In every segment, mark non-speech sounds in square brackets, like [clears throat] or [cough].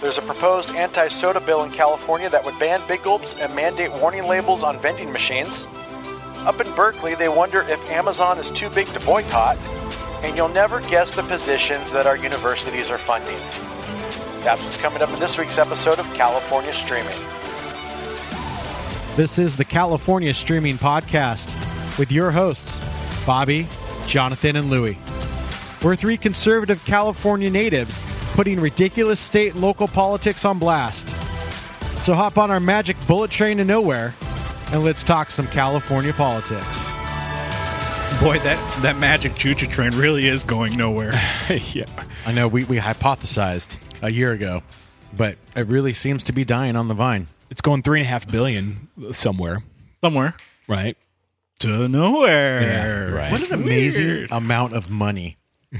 There's a proposed anti soda bill in California that would ban big gulps and mandate warning labels on vending machines. Up in Berkeley, they wonder if Amazon is too big to boycott. And you'll never guess the positions that our universities are funding. That's what's coming up in this week's episode of California Streaming. This is the California Streaming Podcast with your hosts, Bobby, Jonathan, and Louie. We're three conservative California natives putting ridiculous state and local politics on blast. So hop on our magic bullet train to nowhere and let's talk some California politics. Boy, that, that magic choo choo train really is going nowhere. [laughs] yeah. I know we, we hypothesized a year ago, but it really seems to be dying on the vine. It's going three and a half billion somewhere, Somewhere right? to nowhere. Yeah, right. What It's an amazing weird. amount of money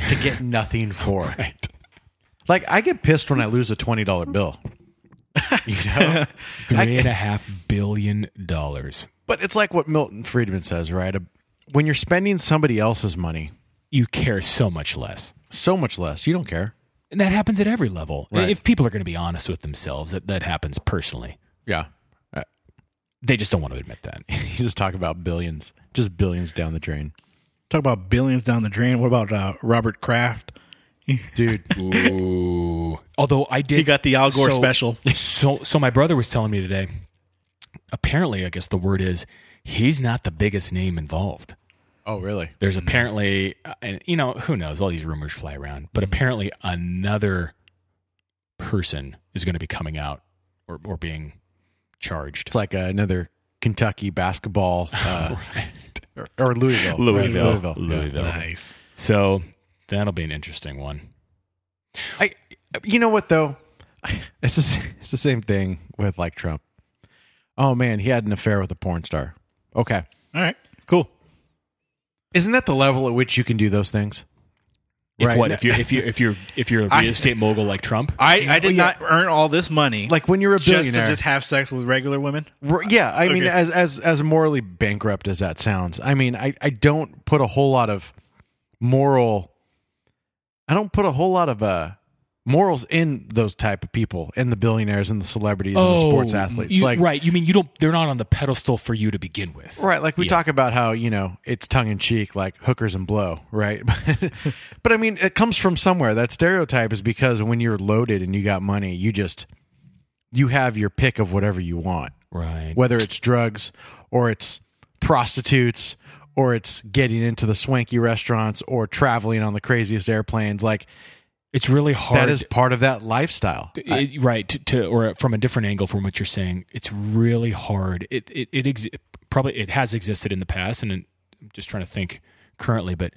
to get nothing for. Right. Like I get pissed when I lose a twenty dollar bill. You know? Three and a half billion dollars. but it's like what Milton Friedman says, right? When you're spending somebody else's money, You care so much less. so much less. You don't care. And that happens at every level. Right. If people are going to be honest with themselves, that, that happens personally. Yeah. They just don't want to admit that. [laughs] [laughs] You just talk about billions. Just billions down the drain. Talk about billions down the drain. What about uh, Robert Kraft? Dude. Ooh. Although I did, He got the Al Gore so- special. So, so my brother was telling me today. Apparently, I guess the word is he's not the biggest name involved. oh really? There's apparently, uh, and you know, who knows? All these rumors fly around, but Mm-hmm. apparently another person is going to be coming out or, or being charged. It's like another Kentucky [laughs] basketball uh, or, or Louisville. right? Louisville. Louisville. yeah. Oh. Louisville. Nice. So that'll be an interesting one. I, you know what though, [laughs] it's the, s- it's the same thing with like Trump. Oh man, he had an affair with a porn star. Okay, All right. Cool. isn't that the level at which you can do those things? If Right. what? [laughs] If you if you if you're if you're a I- real estate mogul like Trump, I, I did yeah. not earn all this money Like when you're a just billionaire. to just have sex with regular women. r- yeah, I mean, Okay. as as as morally bankrupt as that sounds, I mean, I I don't put a whole lot of moral. I don't put a whole lot of uh morals in those type of people, in the billionaires, and the celebrities, and the sports athletes. Oh, you- like right? You mean you don't? They're not on the pedestal for you to begin with. Right, like we Yeah. talk about how you know it's tongue in cheek, like hookers and blow, right? [laughs] but I mean, it comes from somewhere. That stereotype is because when you're loaded and you got money, you just you have your pick of whatever you want, Right. [laughs] whether it's drugs or it's prostitutes or it's getting into the swanky restaurants or traveling on the craziest airplanes. Like It's really hard. that is part of that lifestyle. it- right to, to or from a different angle from what you're saying. It's really hard. It it it exi- probably it has existed in the past, and it, I'm just trying to think currently, but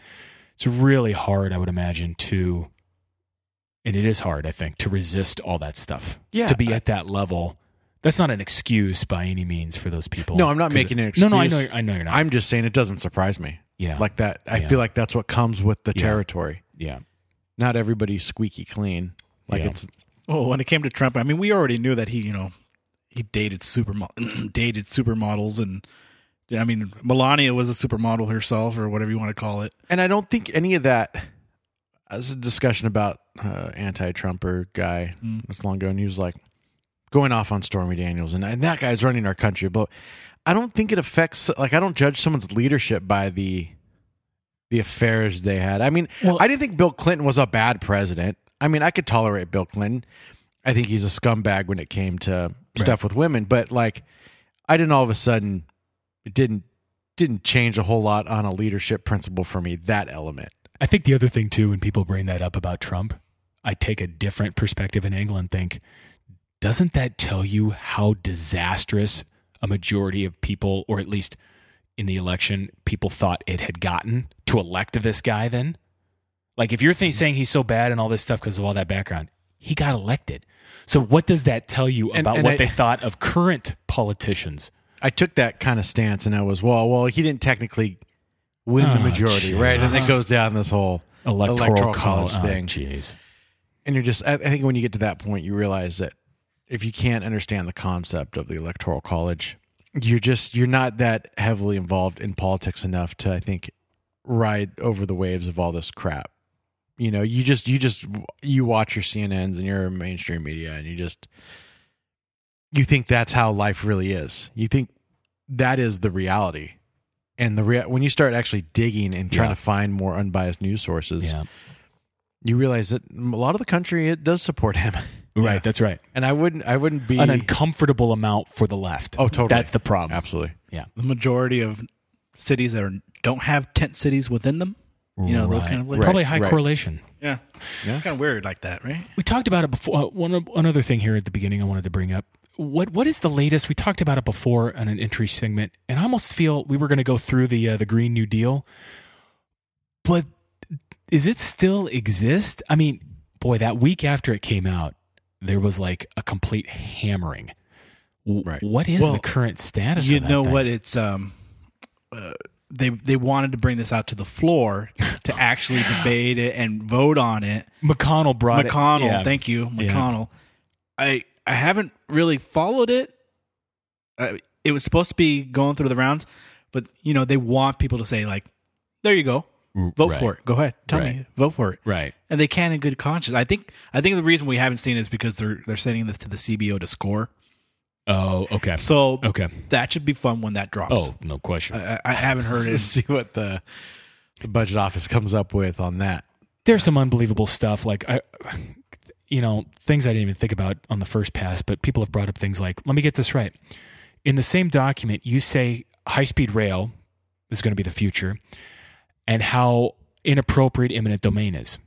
it's really hard. I would imagine to, and it is hard. I think to resist all that stuff. Yeah, To be I- at that level. That's not an excuse by any means for those people. No, I'm not 'Cause- making an No, no, I excuse. know, you're- I know you're not. I'm just saying it doesn't surprise me. yeah, Like that, I Yeah. feel like that's what comes with the Yeah. territory. yeah, not everybody's squeaky clean. Like Yeah. it's Well, when it came to Trump, I mean, we already knew that he, you know, he dated supermodel, [clears throat] dated supermodels, and I mean, Melania was a supermodel herself, or whatever you want to call it. and I don't think any of that. As a discussion about uh, anti-Trumper guy Mm. that's long ago, and he was like going off on Stormy Daniels, and, and that guy's running our country. But I don't think it affects. Like I don't judge someone's leadership by the the affairs they had. I mean, Well- I didn't think Bill Clinton was a bad president. I mean, I could tolerate Bill Clinton. I think he's a scumbag when it came to stuff with women, but like I didn't all of a sudden it didn't didn't change a whole lot on a leadership principle for me that element. I think the other thing too, when people bring that up about Trump, I take a different perspective and angle and think, doesn't that tell you how disastrous a majority of people, or at least in the election, people thought it had gotten to elect this guy? Then, like, if you're Mm-hmm. think, saying he's so bad and all this stuff because of all that background, he got elected. So, what does that tell you And- about and what I- they thought of current politicians? I took that kind of stance and I was, well, well, he didn't technically win the Oh, majority, right? And it jeez. goes down this whole Electoral, college col- oh, thing. Jeez. and you're just I, I think when you get to that point you realize that if you can't understand the concept of the electoral college you're just you're not that heavily involved in politics enough to i think ride over the waves of all this crap you know you just you just you watch your cnn's and your mainstream media and you just you think that's how life really is you think that is the reality and the rea- when you start actually digging and trying Yeah. to find more unbiased news sources Yeah. you realize that a lot of the country it does support him [laughs] Right. That's right. and i wouldn't i wouldn't be An uncomfortable amount for the left. Oh, totally. That's the problem. absolutely [laughs] The majority of cities that are, don't have tent cities within them. You know, those Right. kind of places. Probably high right. correlation. Yeah. Yeah. Kind of weird like that, right? We talked about it before. uh, One of- another thing here at the beginning, I wanted to bring up. What what is the latest? We talked about it before on an entry segment, and I almost feel we were going to go through the uh, the Green New Deal, but is it still exist? I mean, boy, that week after it came out, there was like a complete hammering. W- Right. What is Well, the current status? you of that know thing? what it's um uh, they they wanted to bring this out to the floor [laughs] to actually debate it and vote on it McConnell brought. it- mcconnell yeah. thank you mcconnell i i haven't really followed it uh, it was supposed to be going through the rounds but you know they want people to say like there you go Mm, vote Right. for it go ahead tell me Right. vote for it Right. and they can in good conscience i think i think the reason we haven't seen it is because they're they're sending this to the cbo to score Oh, okay. so Okay. that should be fun when that drops Oh, no question. I, I haven't heard [laughs] to it. see what the, the budget office comes up with on that. there's some unbelievable stuff like i you know things i didn't even think about on the first pass but people have brought up things like let me get this right in the same document you say high speed rail is going to be the future and how inappropriate eminent domain is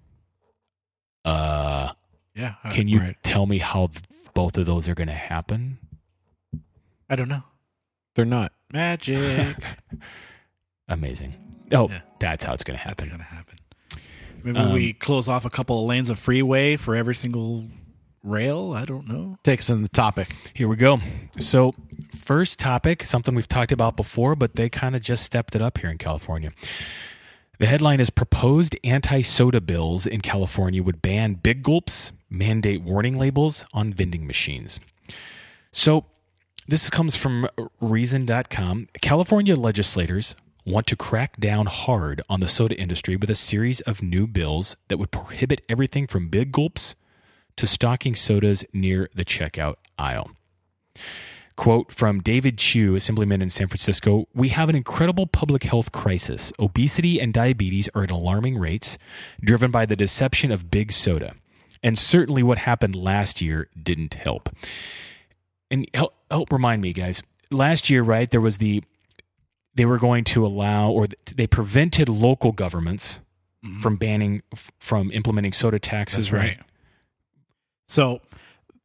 uh Yeah, I, can you right. tell me how th- both of those are going to happen I don't know. They're not. [laughs] Magic. amazing oh Yeah. that's how it's going to That's happen gonna happen. Maybe Um, we close off a couple of lanes of freeway for every single rail. I don't know. Takes in the topic. Here we go. So, first topic, something we've talked about before, but they kind of just stepped it up here in California. The headline is Proposed Anti Soda Bills in California would ban big gulps, mandate warning labels on vending machines. So, this comes from Reason.com. California legislators want to crack down hard on the soda industry with a series of new bills that would prohibit everything from big gulps to stocking sodas near the checkout aisle. Quote from David Chu, Assemblyman in San Francisco We have an incredible public health crisis. Obesity and diabetes are at alarming rates, driven by the deception of big soda. And certainly what happened last year didn't help. And help, help remind me, guys. Last year, right, there was the, they were going to allow or they prevented local governments from banning, f- from implementing soda taxes, right? So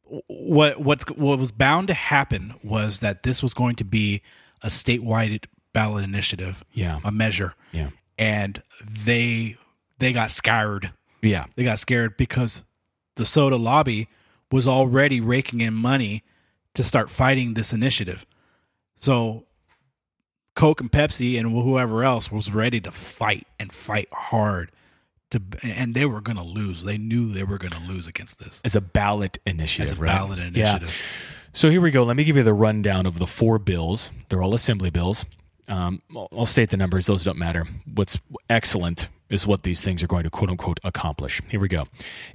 w- what what's what was bound to happen was that this was going to be a statewide ballot initiative, Yeah. a measure, Yeah. and they they got scoured. Yeah. they got scared because the soda lobby was already raking in money to start fighting this initiative. So Coke and Pepsi and whoever else was ready to fight and fight hard to and they were going to lose. They knew they were going to lose against this. As a ballot initiative, As a right? ballot Yeah. initiative. So here we go. Let me give you the rundown of the four bills. They're all assembly bills. Um, I'll- I'll state the numbers; those don't matter. What's excellent is what these things are going to "quote unquote" accomplish. Here we go.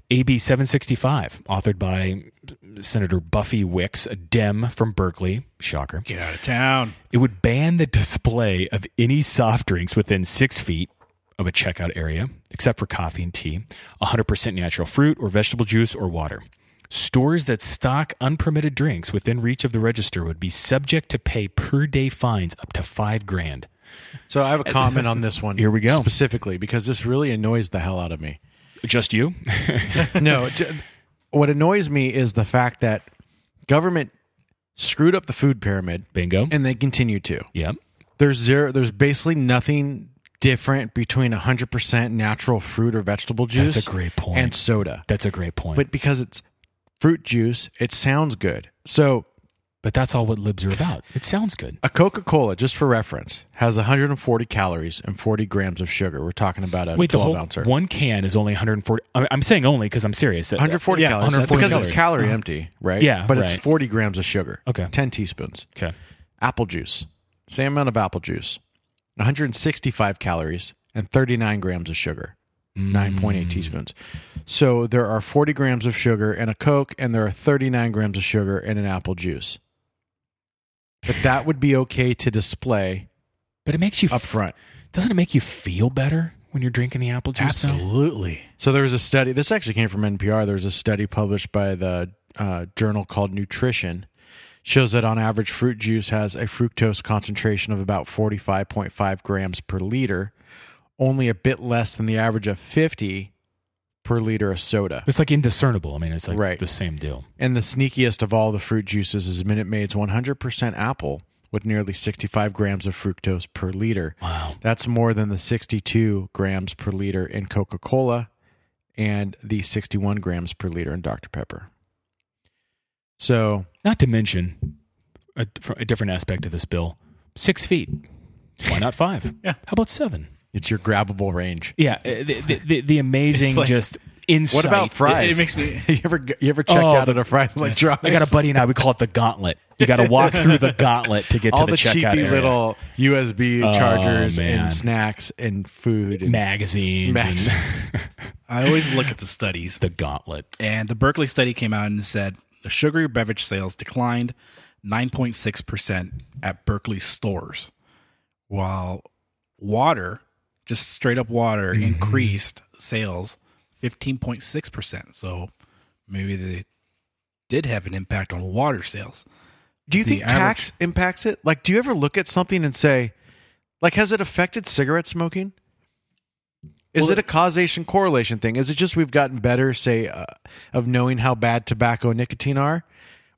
AB 765, authored by Senator Buffy Wicks, a Dem from Berkeley. Shocker. Get out of town. It would ban the display of any soft drinks within six feet of a checkout area, except for coffee and tea, 100% natural fruit or vegetable juice or water. Stores that stock unpermitted drinks within reach of the register would be subject to pay per day fines up to five grand. So [laughs] I have a comment on this one. Here we go. Specifically, because this really annoys the hell out of [laughs] me. Just you? No, j- what annoys me is the fact that government screwed up the food pyramid Bingo. and they continue to. yep. There's zero there's basically nothing different between 100% natural fruit or vegetable juice That's a great point. and soda. That's a great point. But, But because it's fruit juice, it sounds good. So but that's all what libs are about. It sounds good. A Coca Cola, just for reference, has 140 calories and 40 grams of sugar. We're talking about a Wait, the 12 whole Uh, ouncer. one can is only 140. I- I'm saying only because I'm serious. 140 Yeah, calories. 140 That's because calories. Uh-huh. it's calorie empty, right? Yeah, But right. it's 40 grams of sugar. Okay. 10 teaspoons. Okay. Apple juice, same amount of apple juice, 165 calories and 39 grams of sugar. 9.8 teaspoons. So there are 40 grams of sugar in a Coke, and there are 39 grams of sugar in an apple juice. But that would be okay to display But it makes you up front. Doesn't it make you feel better when you're drinking the apple juice? though? Absolutely. So there was a study. This actually came from NPR. There was a study published by the uh, journal called Nutrition. Shows that on average, fruit juice has a fructose concentration of about 45.5 grams per liter, only a bit less than the average of 50 per liter of soda. It's like indiscernible. I mean, it's like Right. the same deal. And the sneakiest of all the fruit juices is Minute Maid's 100% apple with nearly 65 grams of fructose per liter. Wow. That's more than the 62 grams per liter in Coca Cola and the 61 grams per liter in Dr. Pepper. So, Not to mention a, fr- a different aspect of this bill six feet. Why [laughs] not five? Yeah. How about seven? it's your grabbable range. Yeah. uh, The, the, the, the amazing It's like- just insight. What about fries? It, it makes me. [laughs] you ever you ever checked Oh, out the- at a fry electronics? [laughs] I got a buddy and I, we call it the gauntlet. You got to walk through the gauntlet to get all to the, the, checkout cheapy area. little USB chargers man. and snacks and food and magazines. Max- and- I always look at the studies. [laughs] the gauntlet. And the Berkeley study came out and said the sugary beverage sales declined 9.6% at Berkeley stores, while water, just straight up water, increased sales 15.6%. So maybe they did have an impact on water sales. Do you the think tax impacts it? Like, do you ever look at something and say, like, has it affected cigarette smoking? Is Well, it a causation correlation thing? Is it just we've gotten better, say, uh, of knowing how bad tobacco and nicotine are,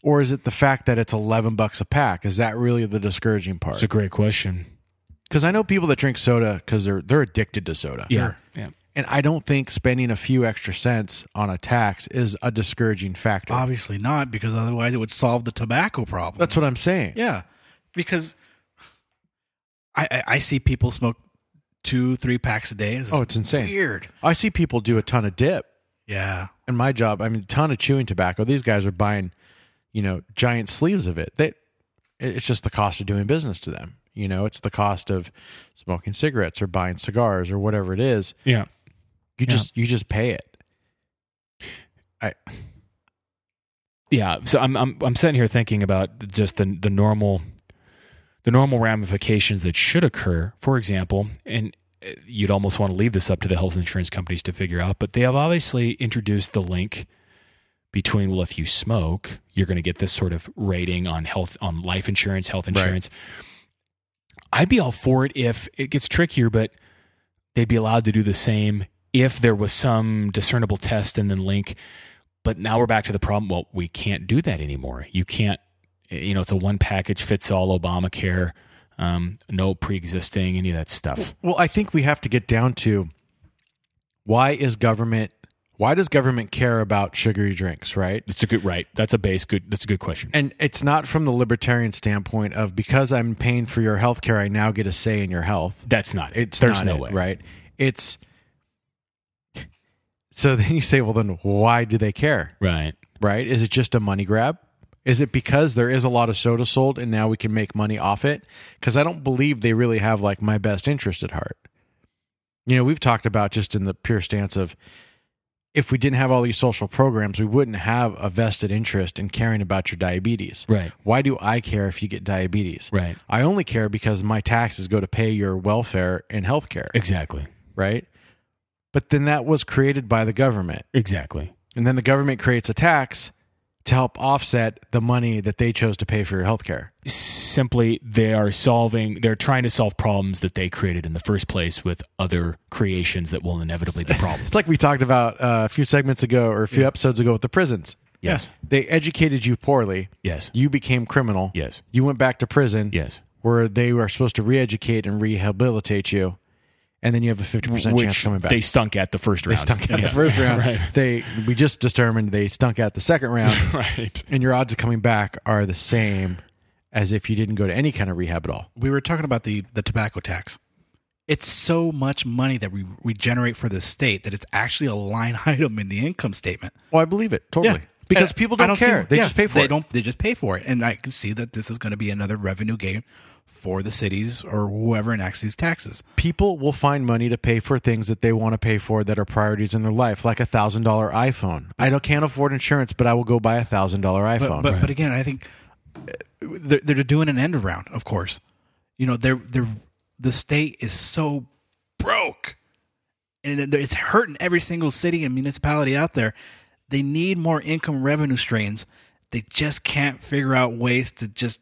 or is it the fact that it's eleven bucks a pack? Is that really the discouraging part? It's a great question. Because I know people that drink soda because they're they're addicted to soda, Yeah. Yeah. and I don't think spending a few extra cents on a tax is a discouraging factor. Obviously not, because otherwise it would solve the tobacco problem. That's what I'm saying. Yeah, because I, I I see people smoke two three packs a day. It's Oh, it's insane. Weird. I see people do a ton of dip. Yeah, in my job, I mean, ton of chewing tobacco. These guys are buying, you know, giant sleeves of it. They, it- it's just the cost of doing business to them. You know, it's the cost of smoking cigarettes or buying cigars or whatever it is. Yeah. You Yeah. just you just pay it. yeah so I'm, I'm i'm sitting here thinking about just the the normal the normal ramifications that should occur for example and uh, you'd almost want to leave this up to the health insurance companies to figure out but they have obviously introduced the link between well if you smoke you're going to get this sort of rating on health on life insurance health insurance i'd be all for it if it gets trickier but they'd be allowed to do the same if there was some discernible test and then link but now we're back to the problem well we can't do that anymore you can't you know it's a one package fits all obamacare um, no pre-existing any of that stuff Well, I think we have to get down to why is government why does government care about sugary drinks, right? it's a good right that's a base good that's a good question And it's not from the libertarian standpoint of because I'm paying for your health care, I now get a say in your health. that's not it It's there's not no it, way right? It's so then you say, well, then why do they care, right right? Is it just a money grab? Is it because there is a lot of soda sold and now we can make money off it? Because I don't believe they really have like my best interest at heart. You know, we've talked about just in the pure stance of if we didn't have all these social programs, we wouldn't have a vested interest in caring about your diabetes. Right. Why do I care if you get diabetes? right I only care because my taxes go to pay your welfare and health care exactly right? But then that was created by the government. exactly And then the government creates a tax to help offset the money that they chose to pay for your health care. simply they are solving they're trying to solve problems that they created in the first place with other creations that will inevitably [laughs] be problems It's like we talked about uh, a few segments ago or a few episodes ago with the prisons. yes They educated you poorly. yes You became criminal. yes You went back to prison yes where they were supposed to reeducate and rehabilitate you. And then you have a 50% chance which coming back. they stunk at the first round stunk at Yeah. [laughs] the [laughs] first round. right They we just determined they stunk at the second [laughs] round. right and your odds of coming back are the same as if you didn't go to any kind of rehab at all. we were talking about the the tobacco tax. It's so much money that we we generate for the state that it's actually a line [laughs] item in the income statement. Well, Oh, I believe it totally because And people I don't, care; see- they yeah, just pay for they it. Don't they just pay for it? And I can see that this is going to be another revenue gain for the cities or whoever enacts these taxes. people will find money to pay for things that they want to pay for that are priorities in their life, like a thousand dollar iPhone. I don't, can't afford insurance, but I will go buy a thousand dollar But iPhone. but, but again, I think uh, they're, they're doing an end around. Of course, you know they're they're the state is so broke, and it- it's hurting every single city and municipality out there. They need more income revenue streams. They just can't figure out ways to just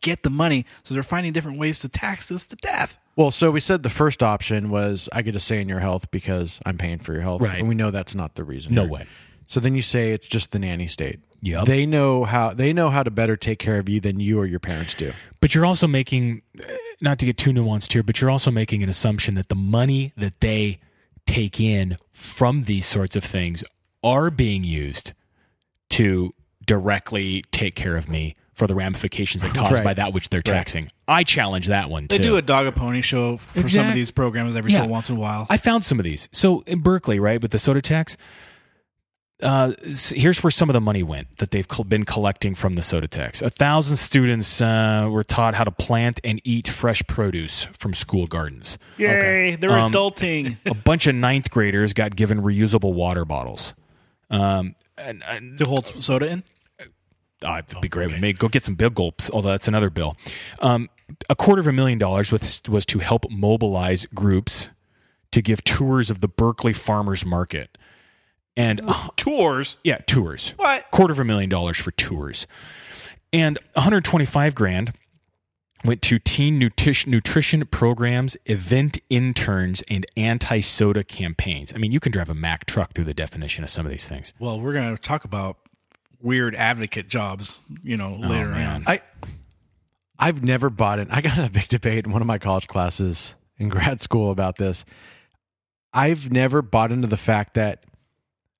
get the money, so they're finding different ways to tax us to death. well, so we said the first option was I get to say in your health because I'm paying for your health, Right. And we know that's not the reason. No here. way. So then you say it's just the nanny state. Yep. They know how they know how to better take care of you than you or your parents do. But you're also making, uh, not to get too nuanced here, but you're also making an assumption that the money that they take in from these sorts of things are being used to directly take care of me for the ramifications that caused Right. by that which they're taxing. I challenge that one too. They do a dog and pony show for some Exact- of these programs every Yeah. so once in a while. I found some of these. So in Berkeley, right, with the soda tax, uh, s- here's where some of the money went that they've col- been collecting from the soda tax. A thousand students uh, were taught how to plant and eat fresh produce from school gardens. Yay, they're Um, adulting. A bunch of ninth graders got given reusable water bottles. Um, and, and [laughs] to hold soda in. Ah, it'd be great with me. Go get some big gulps. Although that's another bill. Um, a quarter of a million dollars was was to help mobilize groups to give tours of the Berkeley Farmers Market, and uh, Tours. yeah, tours. What? Quarter of a million dollars for tours, and 125 grand went to teen nutrition nutrition programs, event interns, and anti soda campaigns. I mean, you can drive a Mack truck through the definition of some of these things. Well, we're going to talk about weird advocate jobs, you know, Oh, later Oh, man. on. I I've never bought in. I got in a big debate in one of my college classes in grad school about this. I've never bought into the fact that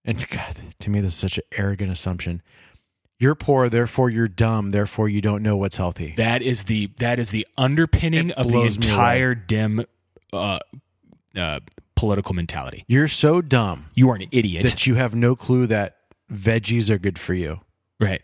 and God, to me this is such an arrogant assumption. You're poor, therefore you're dumb, therefore you don't know what's healthy. That is the that is the underpinning It of the blows me away. entire dim uh, uh, political mentality. You're so dumb You are an idiot, that you have no clue that veggies are good for you. right?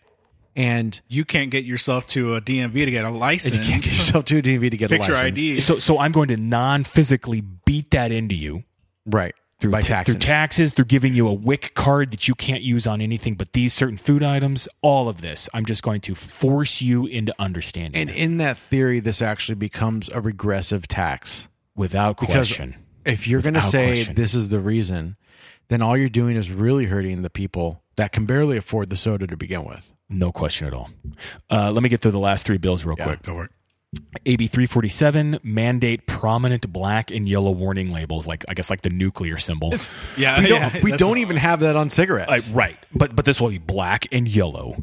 And You can't get yourself to a DMV to get a and license, you can't get yourself to a DMV to get a picture license. ID. So so I'm going to non physically beat that into you Right. Through by ta- taxing. through taxes, through giving you a WIC card that you can't use on anything but these certain food items. All of this, I'm just going to force you into understanding and in that theory, this actually becomes a regressive tax. without Because question. If you're going to Without say question. this is the reason, then all you're doing is really hurting the people that can barely afford the soda to begin with. No question at all. Uh, let me get through the last three bills real quick. Go for it. AB 347 mandate prominent black and yellow warning labels, like I guess like the nuclear symbol. Yeah, We don't, yeah, we that's- don't even have that on Uh, cigarettes. right, but but this will be black and yellow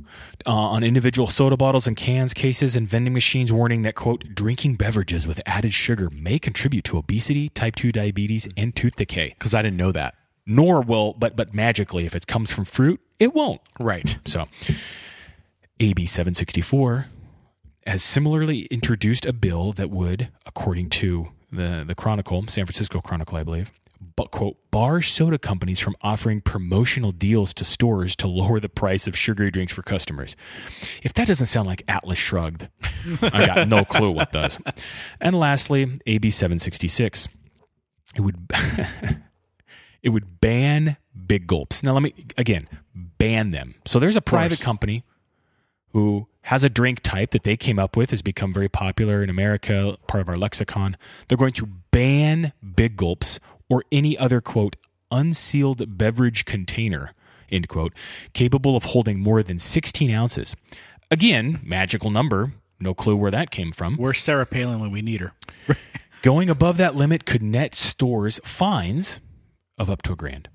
uh, on individual soda bottles and cans, cases, and vending machines, warning that quote drinking beverages with added sugar may contribute to obesity, type two diabetes, and tooth decay. Because I, didn't know that. Nor will, but but magically, if it comes from fruit, it won't. Right. So, AB 764 has similarly introduced a bill that would, according to the, the Chronicle, San Francisco Chronicle, I believe, but quote, bar soda companies from offering promotional deals to stores to lower the price of sugary drinks for customers. If that doesn't sound like Atlas Shrugged, [laughs] I got no clue what does. And lastly, AB 766. It would [laughs] it would ban big gulps. Now, let me again ban them. So there's a private company who has a drink type that they came up with has become very popular in America, part of our lexicon. They're going to ban big gulps or any other quote unsealed beverage container end quote capable of holding more than 16 ounces. Again, magical number. No clue where that came from. We're Sarah Palin when we need her. Going above that limit could net stores fines of up to a grand.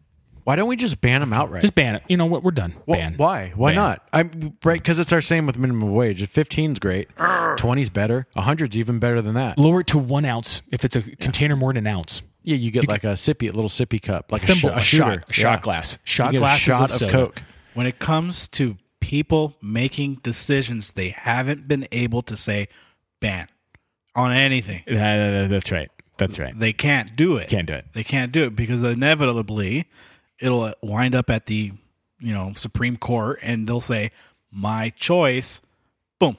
Why don't we just ban them outright? Just ban it. You know what? We're done. Wh- ban. Why? Why Ban. not? I'm right because it's our same with minimum wage. If 15's great, 20's better, 100's even better than that. Lower it to one ounce if it's a container more than an ounce. Yeah, you get like a sippy, a little sippy cup, like a, sh- Thimble, a, a, shooter, shot, a shot Yeah. glass, You shot get a glasses shot of, of soda. [laughs] Coke. When it comes to people making decisions, they haven't been able to say ban on anything. Uh, that's right. That's right. They can't do it. Can't do it. They can't do it because inevitably it'll wind up at the you know Supreme Court and they'll say my choice. Boom,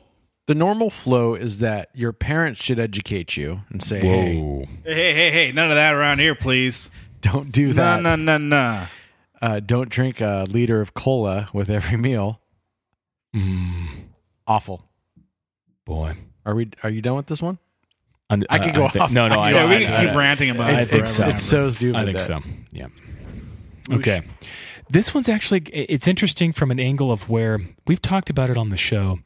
the normal flow is that your parents should educate you and say, "Hey, Whoa. Hey, hey, hey, hey, none of that around here, please. don't do No, that. no, no, no. Uh, don't drink a liter of cola with every meal." Mm, Awful. boy. Are we? Are you done with this one? Und- I could go thi- off. No, no, I I, could Yeah, go we I- can I- keep ranting about I- it forever. it's and it's ever. so stupid. I think that- so. Yeah. Okay. This one's actually it's interesting from an angle of where we've talked about it on the show,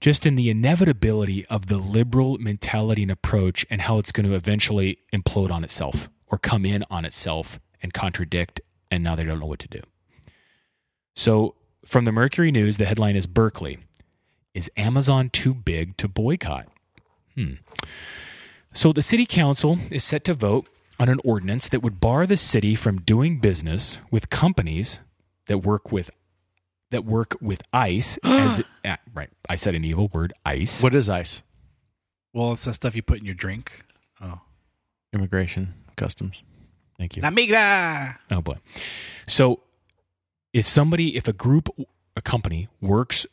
just in the inevitability of the liberal mentality and approach and how it's going to eventually implode on itself or come in on itself and contradict and now they don't know what to do. So, from the Mercury News, the headline is Berkeley is Amazon too big to boycott? Hmm. So the city council is set to vote on an ordinance that would bar the city from doing business with companies that work with that work with ICE as uh, right. I said an evil word, ICE. What is ICE? Well, it's that stuff you put in your drink. Oh, Immigration, customs. Thank you. la migra. Oh boy. So if somebody, if a group, a company works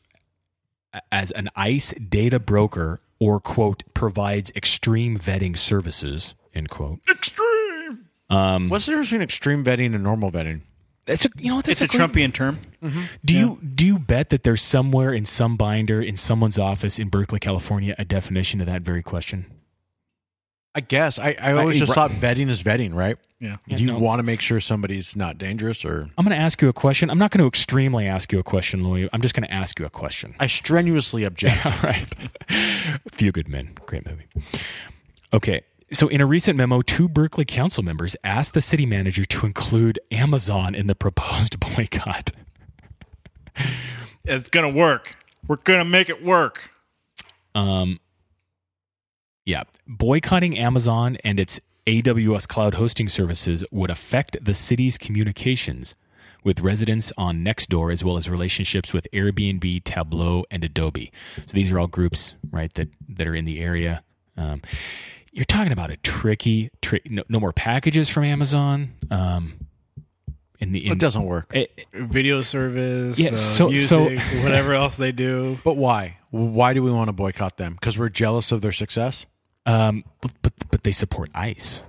a- as an ICE data broker or quote provides extreme vetting services end quote Extreme. um What's the difference between extreme vetting and normal vetting? that's a you know what, that's It's a great- Trumpian term. Do you do you bet that there's somewhere in some binder in someone's office in Berkeley, California, a definition of that very question? I guess I, I always I- just thought right. vetting is vetting, right? Yeah. you no. want to make sure somebody's not dangerous or. I'm going to ask you a question. I'm not going to extremely ask you a question, Louis. I'm just going to ask you a question. I strenuously object. [laughs] All right. Few Good Men, great movie. Okay. So, in a recent memo, two Berkeley council members asked the city manager to include Amazon in the proposed [laughs] boycott. It's gonna work. We're gonna make it work. Um, yeah, boycotting Amazon and its AWS cloud hosting services would affect the city's communications with residents on Nextdoor, as well as relationships with Airbnb, Tableau, and Adobe. So these are all groups, right, that that are in the area. Um, you're talking about a tricky, tri- no, no more packages from Amazon. Um, in the in, eh, It doesn't work. it- Video service. Yeah, uh, so- music, so- whatever else they do. But why? Why do we want to boycott them? Because we're jealous of their success? um, but, but but they support ICE.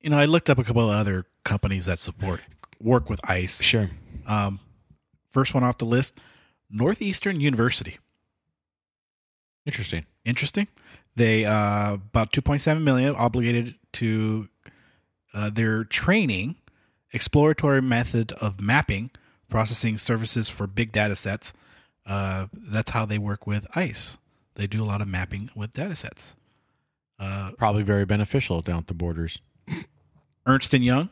You know, I looked up a couple of other companies that support work with ICE. Sure. Um, first one off the list, Northeastern University. Interesting. Interesting. They uh, about 2.7 million obligated to uh, their training, exploratory method of mapping, processing services for big data sets. Uh, that's how they work with ICE. They do a lot of mapping with data sets. Uh, Probably very beneficial down at the borders. Ernst and Young,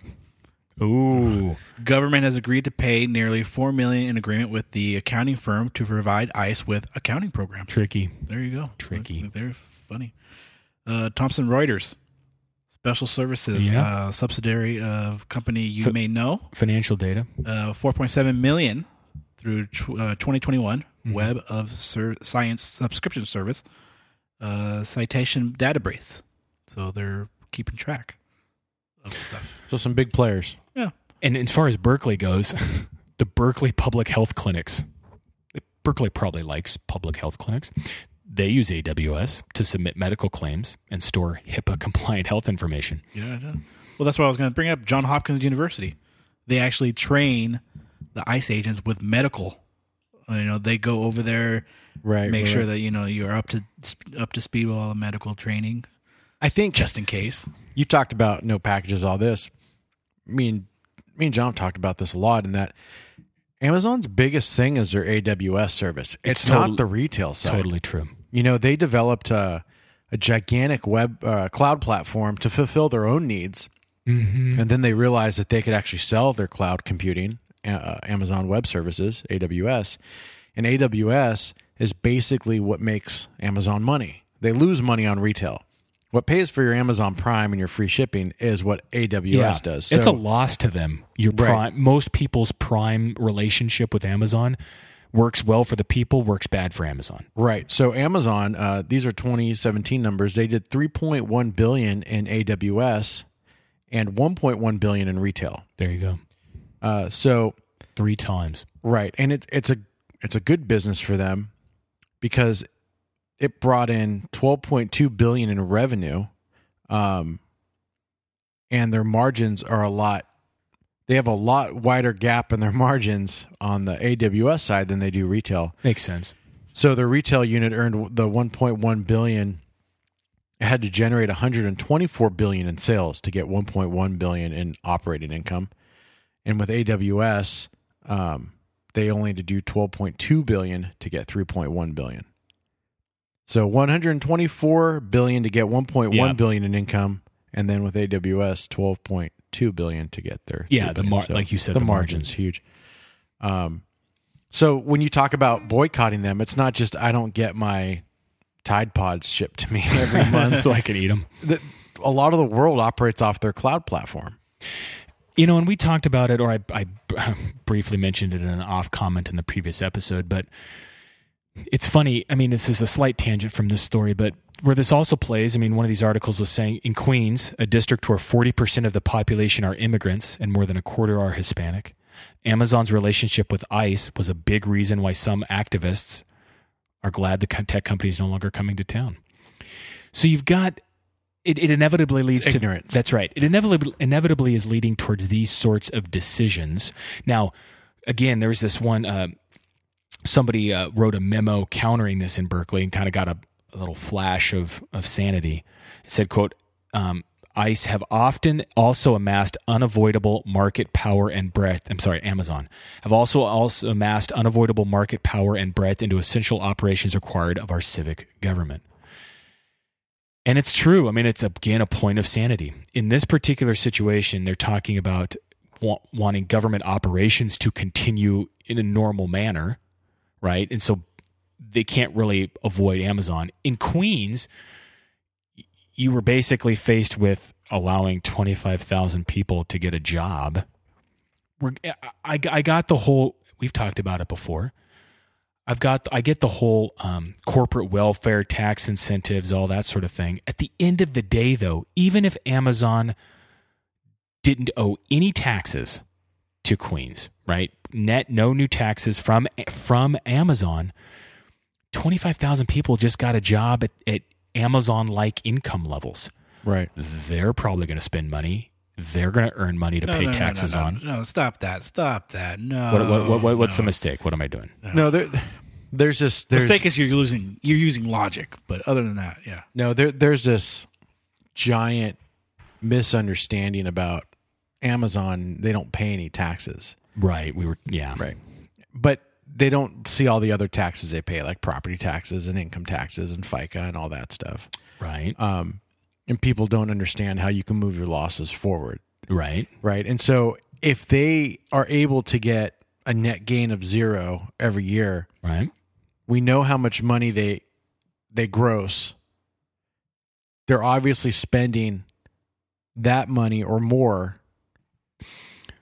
Ooh. government has agreed to pay nearly four million in agreement with the accounting firm to provide ICE with accounting programs. Tricky. There you go. Tricky. They're funny. Uh, Thomson Reuters, Special Services, Yeah. uh, subsidiary of company you F- may know, Financial data. uh, 4.7 million through tw- uh, 2021 Mm-hmm. Web of Ser- Science subscription service, uh, citation database. So they're keeping track of stuff. So some big players. Yeah. And as far as Berkeley goes, [laughs] the Berkeley Public Health Clinics, Berkeley probably likes public health clinics. They use AWS to submit medical claims and store HIPAA compliant health information. Yeah, I know. Well, that's what I was going to bring up. John Hopkins University, they actually train the ICE agents with medical. You know, they go over there, Right. make sure that you know you're up to up to speed with all the medical training, I think just in case. you talked about no packages, all this. Me and me and John have talked about this a lot in that Amazon's biggest thing is their AWS service. It's, total- not the retail side. Totally true. You know, they developed a, a gigantic web uh, cloud platform to fulfill their own needs, Mm-hmm. and then they realized that they could actually sell their cloud computing, uh, Amazon Web Services, AWS, and AWS is basically what makes Amazon money. They lose money on retail. What pays for your Amazon Prime and your free shipping is what AWS does. It's a So- loss to them. Your Right. prime, most people's prime relationship with Amazon works well for the people, works bad for Amazon. Right. So Amazon, uh, these are 2017 numbers. They did 3.1 billion in AWS and 1.1 billion in retail. There you go. Uh, so Three times. right, and it, it's a it's a good business for them because it brought in 12.2 billion in revenue um and their margins are a lot they have a lot wider gap in their [laughs] margins on the AWS side than they do retail. Makes sense. So their retail unit earned the 1.1 billion it had to generate 124 billion in sales to get 1.1 billion in operating income. And with AWS, um, they only had to do 12.2 billion to get 3.1 billion. So 124 billion to get 1.1 billion Yeah. in income, and then with AWS, 12.2 billion to get their Yeah, 3 the billion. mar- like you said, the, the margin's huge. Um, so when you talk about boycotting them, it's not just I don't get my Tide Pods shipped to me [laughs] every month. so I could eat them. The- a lot of the world operates off their cloud platform. You know, and we talked about it, or I, I [laughs] briefly mentioned it in an off comment in the previous episode, but it's funny. I mean, this is a slight tangent from this story, but where this also plays, I mean, one of these articles was saying in Queens, a district where 40% of the population are immigrants and more than a quarter are Hispanic, Amazon's relationship with ICE was a big reason why some activists are glad the co- tech company is no longer coming to town. So you've got. It, it inevitably leads It's to ignorance. That's right. It inevitably inevitably is leading towards these sorts of decisions. Now, again, there's this one uh, somebody uh, wrote a memo countering this in Berkeley and kind of got a, a little flash of of sanity. It said, "quote um, ICE have often also amassed unavoidable market power and breadth. I'm sorry, Amazon have also also amassed unavoidable market power and breadth into essential operations required of our civic government." And it's true. I mean, it's again a point of sanity. In this particular situation, they're talking about wa- wanting government operations to continue in a normal manner, right? And so they can't really avoid Amazon. In Queens, y- you were basically faced with allowing 25,000 people to get a job. We're, I, I I got the whole, we've talked about it before. I've got I get the whole um, corporate welfare tax incentives, all that sort of thing. At the end of the day, though, even if Amazon didn't owe any taxes to Queens, right? Net no new taxes from from Amazon. Twenty five thousand people just got a job at, at Amazon like income levels. Right. They're probably going to spend money. They're going to earn money to No, pay no, no, taxes no, no, on. No, stop that. Stop that. No. What, what, what, what, what's the no. mistake? What am I doing? No, there, there's this. There's, mistake? Is you're losing. You're using logic, but other than that, yeah. No, there, there's this giant misunderstanding about Amazon. They don't pay any taxes. Right. We were yeah. Right. But they don't see all the other taxes they pay, like property taxes and income taxes and FICA and all that stuff. Right. Um, and people don't understand how you can move your losses forward. Right. Right. And so if they are able to get a net gain of zero every year, Right. we know how much money they they gross they're obviously spending that money or more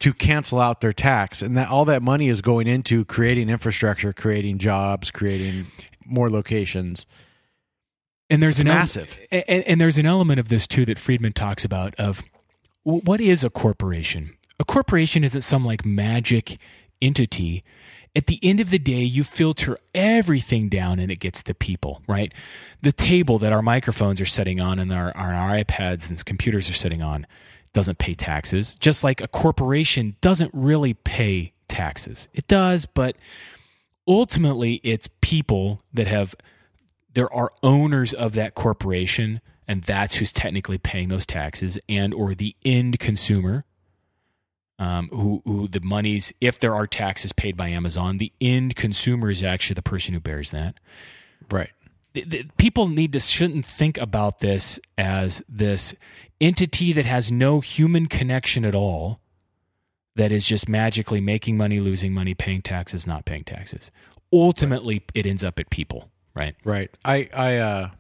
to cancel out their tax and that all that money is going into creating infrastructure creating jobs creating more locations And there's It's an el- massive. a- and, and there's an element of this too that Friedman talks about of w- what is a corporation? A corporation isn't some like magic entity. At the end of the day, you filter everything down and it gets to people, right? The table that our microphones are sitting on and our, our, our iPads and computers are sitting on doesn't pay taxes, just like a corporation doesn't really pay taxes. It does, but ultimately it's people that have there are owners of that corporation and that's who's technically paying those taxes and or the end consumer um, who, who the monies if there are taxes paid by amazon the end consumer is actually the person who bears that right th- th- people need to shouldn't think about this as this entity that has no human connection at all that is just magically making money losing money paying taxes not paying taxes ultimately it ends up at people right right i i uh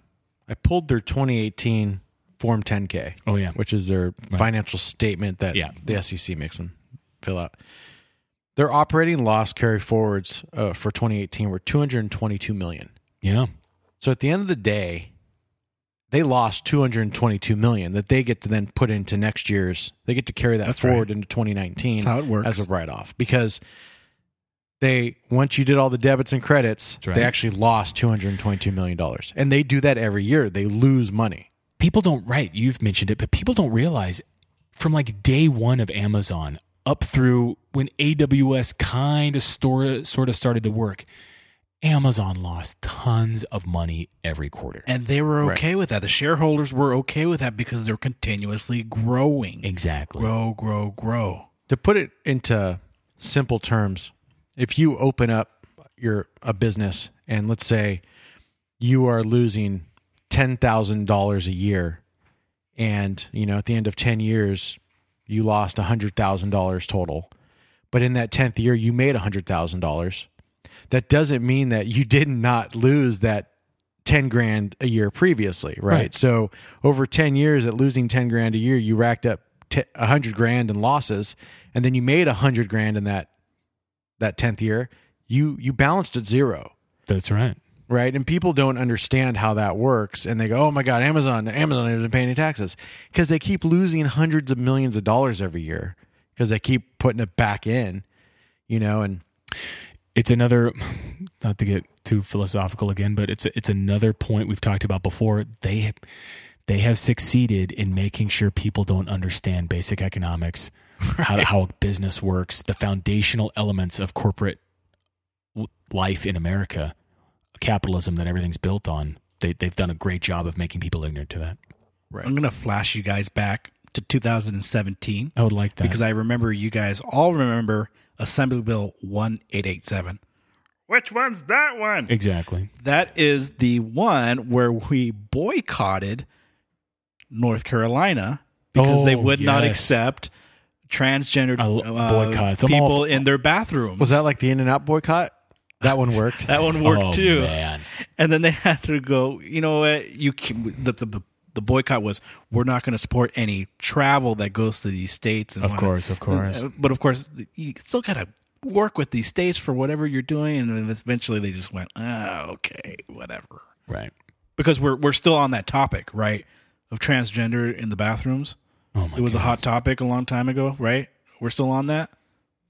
i pulled their 2018 form 10k oh yeah which is their financial statement that Yeah. the SEC makes them fill out. Their operating loss carry forwards uh, for 2018 were 222 million. yeah So at the end of the day, they lost 222 million that they get to then put into next year's. They get to carry that That's forward into 2019 That's how it works. as a write off because they once you did all the debits and credits, right. they actually lost two hundred twenty-two million dollars, and they do that every year. They lose money. people don't right you've mentioned it but people don't realize from like day one of amazon up through when aws kind of sort sort of started to work amazon lost tons of money every quarter And they were Right. okay with that. The shareholders were okay with that because they're continuously growing. exactly Grow, grow, grow. To put it into simple terms, if you open up your a business and let's say you are losing ten thousand dollars a year, and you know at the end of ten years you lost hundred thousand dollars total, but in that tenth year you made hundred thousand dollars. That doesn't mean that you did not lose that ten grand a year previously, right? Right. So over ten years at losing ten grand a year, you racked up t- hundred grand in losses, and then you made hundred grand in that that tenth year. You you balanced at zero that's right right? And people don't understand how that works, and they go, "Oh my God, Amazon! Amazon isn't paying any taxes because they keep losing hundreds of millions of dollars every year because they keep putting it back in, you know." And it's another not to get too philosophical again but it's it's another point we've talked about before they have they have succeeded in making sure people don't understand basic economics how how business works the foundational elements of corporate w- life in america capitalism that everything's built on they they've done a great job of making people ignorant to that Right. I'm going to flash you guys back to 2017 i would like that because I remember you guys all remember Assembly Bill 1887. Which one's that one? exactly That is the one where we boycotted North Carolina because Oh, they would not yes. accept transgender I lo- uh, boycotts. I'm all people f- in their bathrooms. was that like the In and Out boycott? That one [laughs] worked. that one worked oh, too? man. And then they [laughs] had to go. You know what? You can, the, the the boycott was we're not going to support any travel that goes to these states. And Of whatnot. course, of course. But of course, you still got to work with these states for whatever you're doing. And then eventually, they just went, ah, okay, whatever. right because we're we're still on that topic, right? Of transgender in the bathrooms. oh my it was a hot goodness. topic a long time ago, right? We're still on that.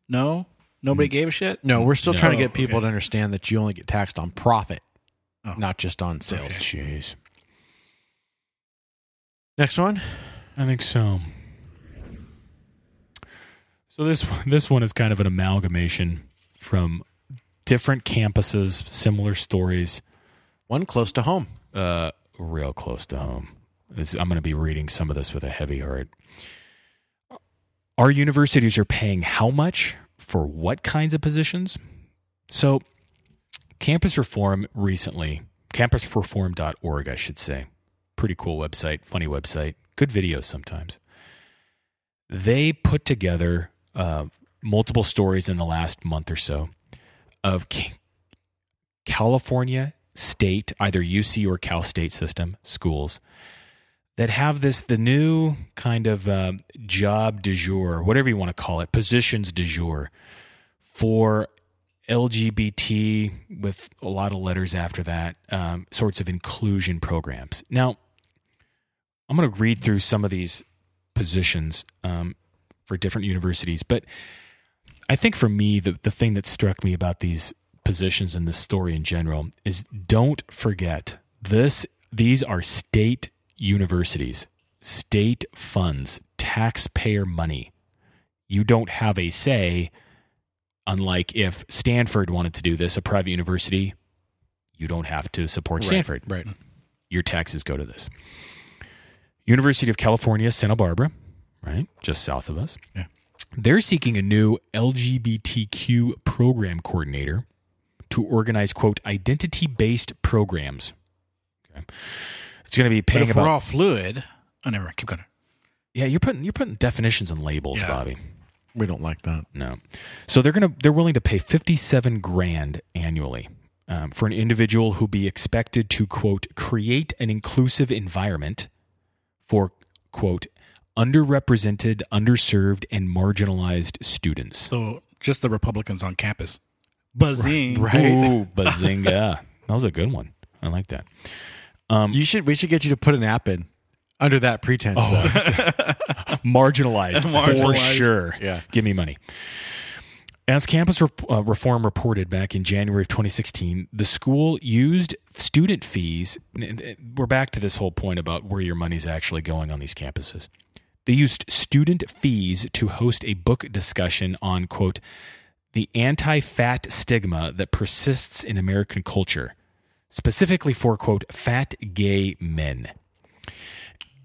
No, nobody Mm. gave a shit. no, we're still No. trying to get people Okay. to understand that you only get taxed on profit, Oh. not just on sales. jeez Next one. I think so. So this [laughs] this one is kind of an amalgamation from different campuses, similar stories, One close to home. uh, real close to home. This, I'm going to be reading some of this with a heavy heart. Our universities are paying how much for what kinds of positions? So, campus reform recently, campusreform.org, I should say. Pretty cool website, funny website, good videos sometimes they put together uh, multiple stories in the last month or so of ca- California state, either UC or Cal State system schools that have this the new kind of um, job du jour, whatever you want to call it, positions du jour for LGBT with a lot of letters after that um, sorts of inclusion programs. Now, I'm going to read through some of these positions um, for different universities. But I think for me, the, the thing that struck me about these positions and this story in general is don't forget this these are state universities, state funds, taxpayer money. You don't have a say, unlike if Stanford wanted to do this, a private university, you don't have to support Stanford Right. your taxes go to this. University of California, Santa Barbara, right? Just south of us. Yeah. They're seeking a new LGBTQ program coordinator to organize, quote, identity based programs. Okay. It's going to be But paying if about. we're all fluid, oh, never mind. Keep going. yeah, you're putting, you're putting definitions and labels, Yeah. Bobby. We don't like that. No. So they're gonna they're willing to pay fifty seven grand annually um, for an individual who be expected to quote create an inclusive environment for quote underrepresented, underserved, and marginalized students. So just the Republicans on campus, buzzing. Right. Ooh, bazinga! that was a good one. I like that. Um, You should. We should get you to put an app in under that pretense. Oh. [laughs] though. marginalized, for Marginalized. sure. Yeah. Give me money. As campus rep- uh, reform reported back in January of 2016, the school used student fees. and- and We're back to this whole point about where your money's actually going on these campuses. They used student fees to host a book discussion on, quote, the anti fat stigma that persists in American culture, specifically for, quote, fat gay men.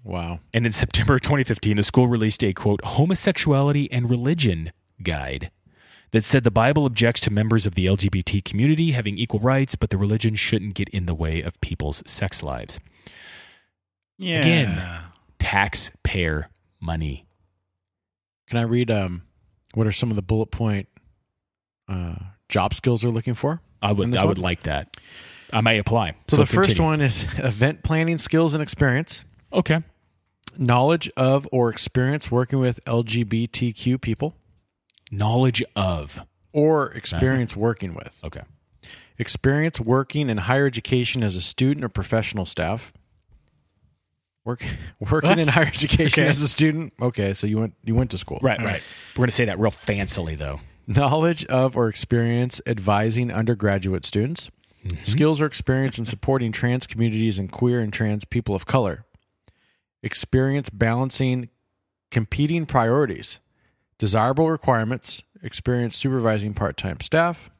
Wow. And in September 2015, the school released a quote, homosexuality and religion guide that said the Bible objects to members of the LGBT community having equal rights, but the religion shouldn't get in the way of people's sex lives. Yeah. Again. Taxpayer money. Can I read um, what are some of the bullet point uh, job skills they're looking for? I And would this I would one? like that. I may apply. So, the first continue. one is [laughs] event planning skills and experience, Okay. knowledge of or experience working with LGBTQ people, Knowledge of. or experience working with, Okay. experience working in higher education as a student or professional staff. Work, [laughs] working What? in higher education Okay. as a student. Okay, so you went you went to school. Right, right. We're gonna say that real fancily though. Knowledge of or experience advising undergraduate students. Skills or experience in supporting trans communities and queer and trans people of color. Experience balancing competing priorities, desirable requirements, experience supervising part time staff,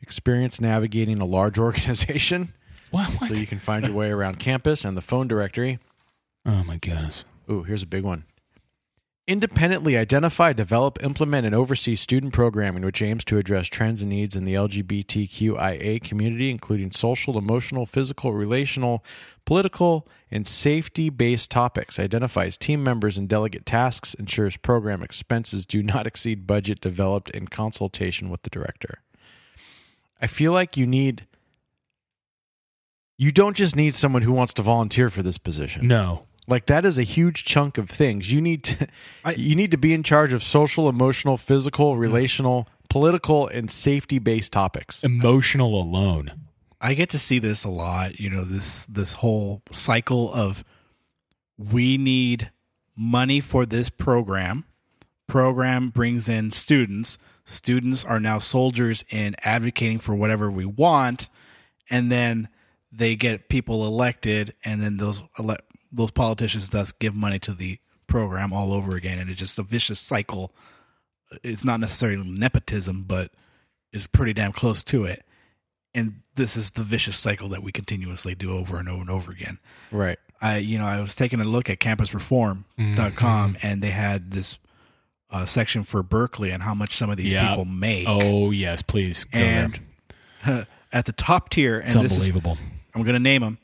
experience navigating a large [laughs] organization What, what? so you can find your way around campus and the phone directory. oh my goodness. Ooh, here's a big one. Independently identify, develop, implement, and oversee student programming which aims to address trends and needs in the LGBTQIA community, including social, emotional, physical, relational, political, and safety based topics. Identifies team members and delegate tasks, ensures program expenses do not exceed budget developed in consultation with the director. I feel like you need, you don't just need someone who wants to volunteer for this position No. like that is a huge chunk of things you need to [laughs] you need to be in charge of social emotional physical relational political and safety based topics Emotional alone. I get to see this a lot, you know, this this whole cycle of we need money for this program. Program brings in students. Students are now soldiers in advocating for whatever we want, and then they get people elected and then those ele- those politicians thus give money to the program all over again and it's just a vicious cycle. It's not necessarily nepotism, but it's pretty damn close to it and this is the vicious cycle that we continuously do over and over and over again. right I, you know, I was taking a look at campusreform.com Mm-hmm. and they had this uh, section for Berkeley and how much some of these Yeah. people make. Oh yes, please. Go and there. [laughs] at the top tier, and It's this is, unbelievable. I'm going to name him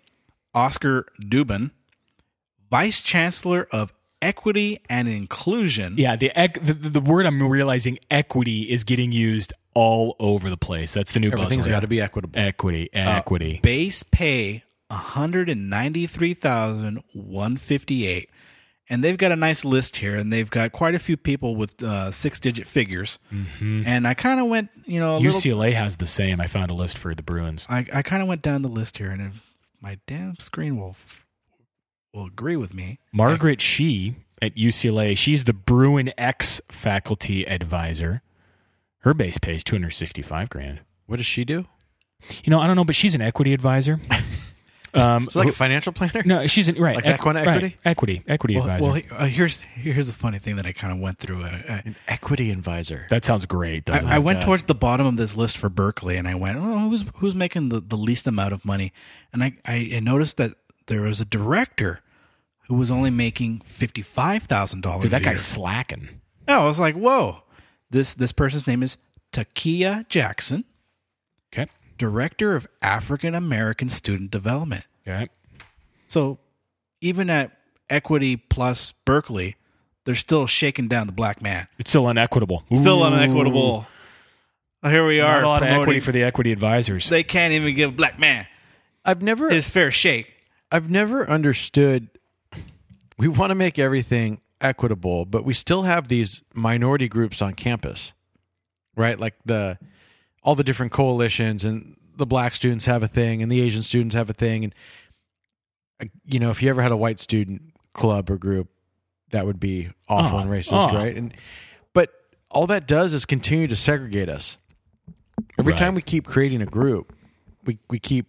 Oscar Dubin, Vice Chancellor of Equity and Inclusion. Yeah, the, ec- the the word I'm realizing equity is getting used all over the place. That's the new everything's buzzword. got to be equitable equity, Oh. equity. base pay 193,158 and they've got a nice list here and they've got quite a few people with uh, six digit figures and I kind of went you know a little UCLA has the same. I found a list for the Bruins. I, I kind of went down the list here and if my damn screen will f- will agree with me Margaret Shee at UCLA. She's the Bruin X faculty advisor. Her base pays 265 grand. what does she do You know, I don't know, but she's an [laughs] equity advisor. Um, it's like a financial planner no, she's an, right. Like that kind of right, equity? equity, equity well, advisor. well he- uh, here's here's the funny thing that I kind of went through I, I, an equity advisor that sounds great. Doesn't I, I it? went towards the bottom of this list for Berkeley, and I went, oh, who's who's making the, the least amount of money? And I, I I noticed that there was a director who was only making fifty five thousand dollars. Dude, that guy's slacking. No, I was like, whoa. This this person's name is Takia Jackson, Okay. director of African American Student Development. Okay. So even at Equity plus Berkeley, they're still shaking down the black man. It's still unequitable. Still Ooh. unequitable. Here we are. Not a lot of promoting- equity for the equity advisors. they can't even give a black man i've never his fair shake. i've never understood we want to make everything equitable but we still have these minority groups on campus right like the all the different coalitions and the black students have a thing and the asian students have a thing and uh, you know if you ever had a white student club or group that would be awful Oh, and racist oh. right and but all that does is continue to segregate us. Every Right. time we keep creating a group, we, we keep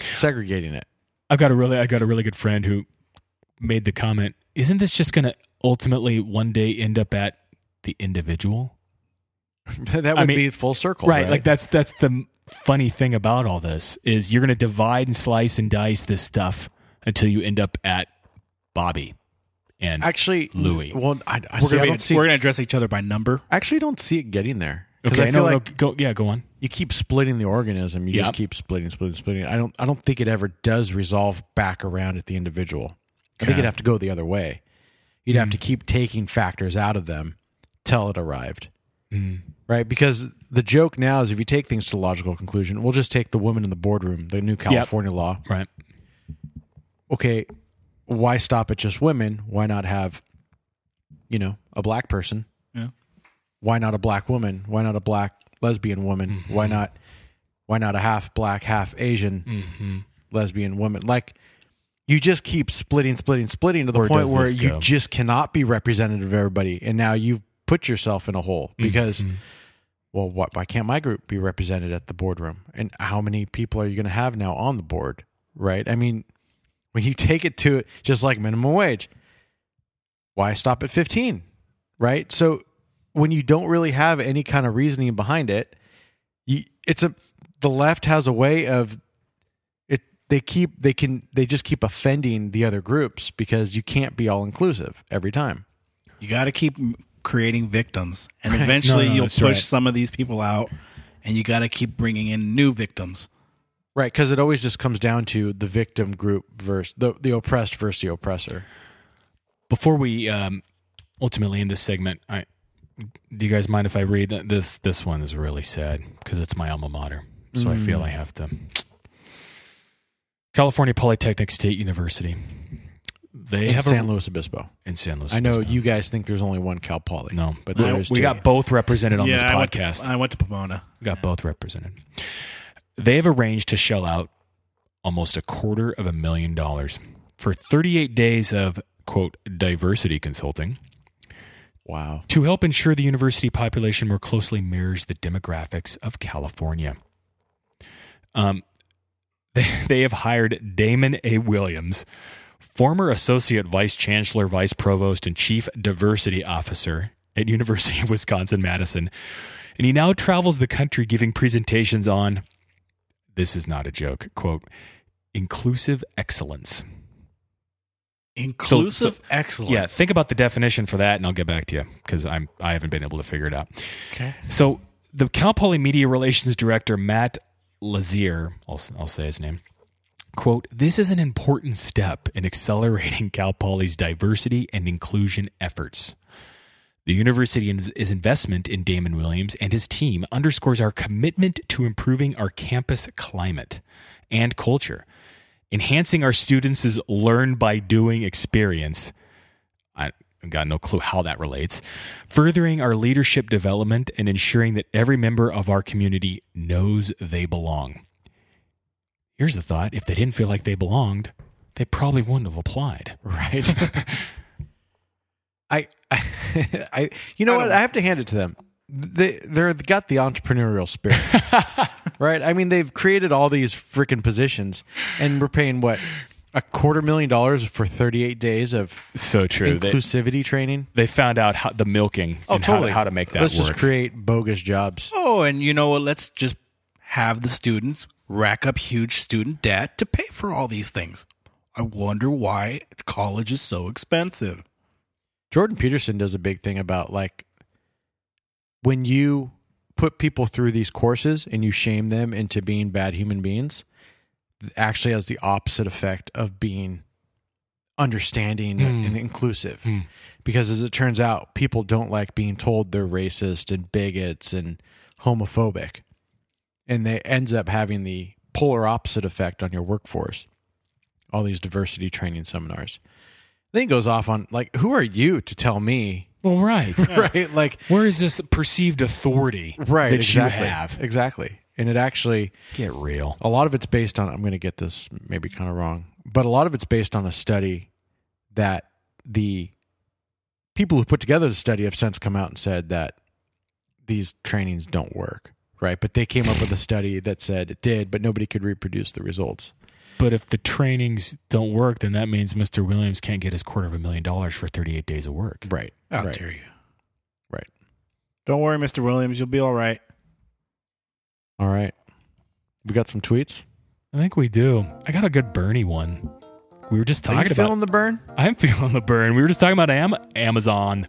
segregating it. I've got a really I got a really good friend who made the comment, isn't this just going to ultimately one day end up at the individual? [laughs] that would I mean- be full circle, right, like that's that's the funny thing about all this is you're going to divide and slice and dice this stuff until you end up at Bobby. And Actually, Louis. Well, I, I, We're see, I gonna don't be, see. we're gonna address each other by number. I actually don't see it getting there because okay, I feel no, no, like go yeah, go on. you keep splitting the organism. You Yeah. just keep splitting, splitting, splitting. I don't. I don't think it ever does resolve back around at the individual. I think Okay. Hmm. it'd have to go the other way. You'd have to keep taking factors out of them till it arrived, Mm. right? Because the joke now is if you take things to logical conclusion, we'll just take the woman in the boardroom, the new California law. Right. Mm-hmm, Okay, why stop at just women? Why not have, you know, a black person? Yeah. why not a black woman? Why not a black lesbian woman? Mm-hmm. Why not why not a half black, half Asian hmm lesbian woman? Like you just keep splitting, splitting, splitting to the Where point does where this you go? just cannot be representative of everybody. And now you've put yourself in a hole Mm-hmm. because well, what why can't my group be represented at the boardroom? And how many people are you gonna have now on the board? Right? I mean, when you [laughs] take it to just like minimum wage, why stop at 15? Right? So when you don't really have any kind of reasoning behind it, you, it's a the left has a way of it they keep they can they just keep offending the other groups because you can't be all inclusive every time. You got to keep m- creating victims, and Right. eventually No, no, you'll that's push right. some of these people out, and you got to keep bringing in new victims. Right, because it always just comes down to the victim group versus the, the oppressed versus the oppressor. Before we um, ultimately end this segment, I do you guys mind if I read th- this? This one is really sad because it's my alma mater, so I Mm. feel I have to. California Polytechnic State University. They in have San a, Luis Obispo. in San Luis. I know Obispo. you guys think there's only one Cal Poly. No, but No, there there's we two. got both represented on this I went to- podcast. I went to Pomona. We got both represented. They have arranged to shell out almost a quarter of a million dollars for 38 days of quote diversity consulting Wow. to help ensure the university population more closely mirrors the demographics of California. Um, [laughs] they, they have hired Damon A. Williams, former associate vice chancellor, vice provost, and chief diversity officer at [laughs] University of Wisconsin Madison, and he now travels the country giving presentations on. This is not a joke. Quote. Inclusive excellence. Inclusive excellence. Yeah, think about the definition for that, and I'll get back to you because I'm I haven't been able to figure it out. Okay. So the Cal Poly Media Relations Director Matt Lazier, I'll, I'll say his name, quote, "This is an important step in accelerating Cal Poly's diversity and inclusion efforts." The university's investment in Damon Williams and his team underscores our commitment to improving our campus climate and culture, enhancing our students' learn by doing experience, I I've got no clue how that relates. Furthering our leadership development and ensuring that every member of our community knows they belong. Here's the thought if they didn't feel like they belonged, they probably wouldn't have applied. [laughs] Right. [laughs] I, [laughs] I, I you know what? I have to hand it to them. They they're they've got the entrepreneurial [laughs] spirit, right? I mean, they've created all these freaking positions, and we're paying what a quarter million dollars for 38 days of so true. They, inclusivity training. they found out how, the milking Oh, and totally. how, how to make that Let's work. just create bogus jobs. Oh, and you know what? Let's just have the students rack up huge student debt to pay for all these things. I wonder why college is so expensive. Jordan Peterson does a big thing about like when you put people through these courses and you shame them into being bad human beings, it actually has the opposite effect of being understanding Hmm. and inclusive. Hmm. Because as it turns out, people don't like being told they're racist and bigots and homophobic. And they ends up having the polar opposite effect on your workforce. All these diversity training seminars. Then he goes off on like, who are you to tell me? [laughs] well, right. Right? Like Where is this perceived authority [laughs] right that exactly. you have? Exactly. And it actually Get real. a lot of it's based on I'm going to get this maybe kind of wrong, but a lot of it's based on a study that the people who put together the study have since come out and said that these trainings don't work, right? But they came up with a study that said it did, but nobody could reproduce the results. But if the trainings don't work, then that means Mr. Williams can't get his quarter of a million dollars for 38 days of work. Right. How right. dare you? Right. Don't worry, Mr. Williams. You'll be all right. All right. We got some tweets. I think we do. I got a good Bernie one. We were just Are talking you about feeling the burn? I'm [laughs] feeling the burn. We were just talking about Am- Amazon.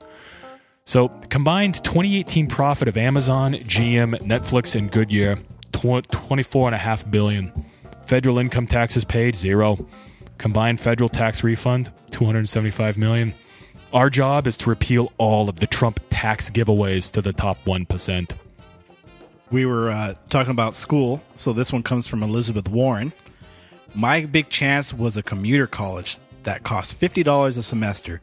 So, combined 2018 profit of Amazon, GM, Netflix, and Goodyear, tw- 24 and a half billion. Federal income taxes paid, zero. Combined federal tax refund, 275 million. Our job is to repeal all of the Trump tax giveaways to the top 1%. we were uh, talking about school, so this one comes from Elizabeth Warren. My big chance was a commuter college that cost $50 a semester.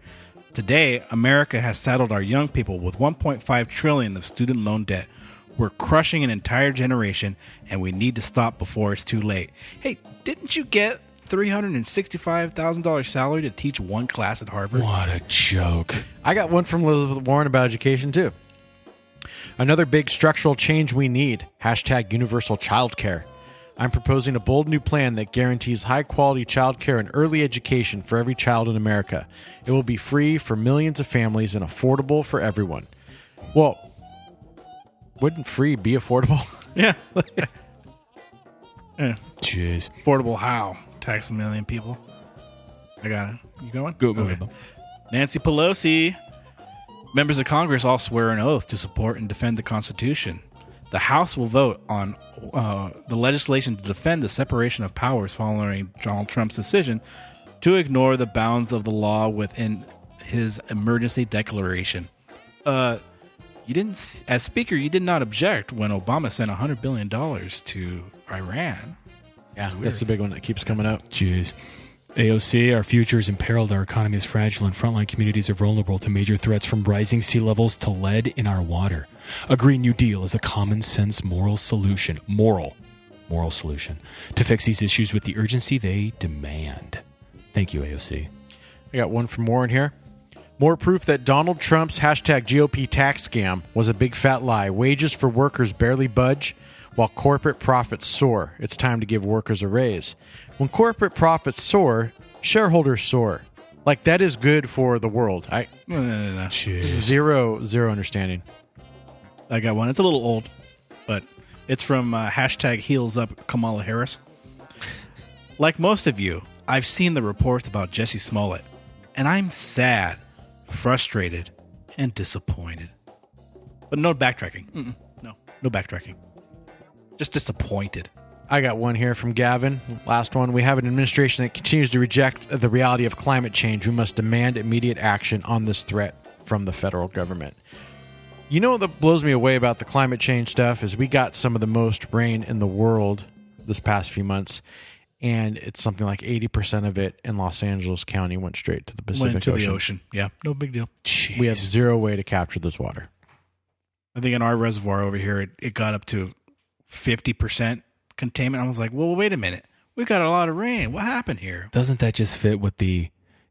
Today, America has saddled our young people with 1.5 trillion of student loan debt. We're crushing an entire generation and we need to stop before it's too late. Hey, didn't you get $365,000 salary to teach one class at Harvard? What a joke. I got one from Elizabeth Warren about education too. Another big structural change we need. Hashtag universal childcare. I'm proposing a bold new plan that guarantees high quality childcare and early education for every child in America. It will be free for millions of families and affordable for everyone. Well, wouldn't free be affordable? [laughs] Yeah. Jeez. Affordable how? Tax a million people. I got it. You going? Go, Okay. Nancy Pelosi. Members of Congress all swear an oath to support and defend the Constitution. The House will vote on uh, the legislation to defend the separation of powers following Donald Trump's decision to ignore the bounds of the law within his emergency declaration. Uh, you didn't, s- as Speaker, you did not object when Obama sent $100 billion to Iran. Yeah, [laughs] that's the big one that keeps coming up. Jeez. AOC, our future is imperiled, our economy is fragile, and frontline communities are vulnerable to major threats from rising sea levels to lead in our water. A Green New Deal is a common sense moral solution, moral, moral solution, to fix these issues with the urgency they demand. Thank you, AOC. I got one from Warren here. More proof that Donald Trump's hashtag GOP tax scam was a big fat lie. Wages for workers barely budge while corporate profits soar. It's time to give workers a raise. When corporate profits soar, shareholders soar. Like that is good for the world. I No, no, no, no. Jeez. zero zero understanding. I got one. It's a little old, but it's from uh, hashtag heels up Kamala Harris. Like most of you, I've seen the reports about Jesse Smollett, and I'm sad, frustrated, and disappointed. But no backtracking. Mm-mm. No, no backtracking. Just disappointed. I got one here from Gavin. Last one. We have an administration that continues to reject the reality of climate change. We must demand immediate action on this threat from the federal government. You know what that blows me away about the climate change stuff is we got some of the most rain in the world this past few months, and it's something like eighty percent of it in Los Angeles County went straight to the Pacific Went into Ocean. the ocean. Yeah, no big deal. Jeez. We have zero way to capture this water. I think in our reservoir over here, it, it got up to 50% containment. I was like, well, wait a minute. We got a lot of rain. What happened here? Doesn't that just fit with the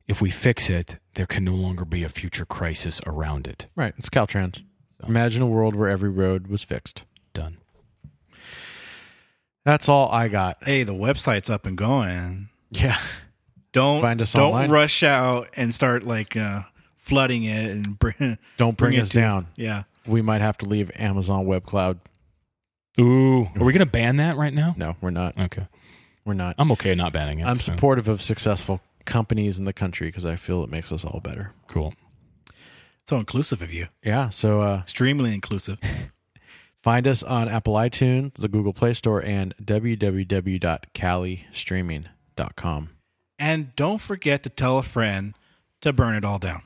if we fix it, there can no longer be a future crisis around it? Right, it's Caltrans. Imagine a world where every road was fixed. Done. That's all I got. hey, the website's up and going. Yeah. Don't Find us don't online. rush out and start like uh, flooding it and bring, [laughs] Don't bring, it us to- down. Yeah, we might have to leave Amazon Web Cloud. Ooh. Are we going to ban that right now? No, we're not. Okay. We're not. I'm okay not banning it. I'm so- supportive of successful companies in the country because I feel it makes us all better. Cool. so inclusive of you, Yeah. So uh, extremely inclusive. find us on Apple iTunes, the Google Play Store, and www.calistreaming.com. and don't forget to tell a friend to burn it all down.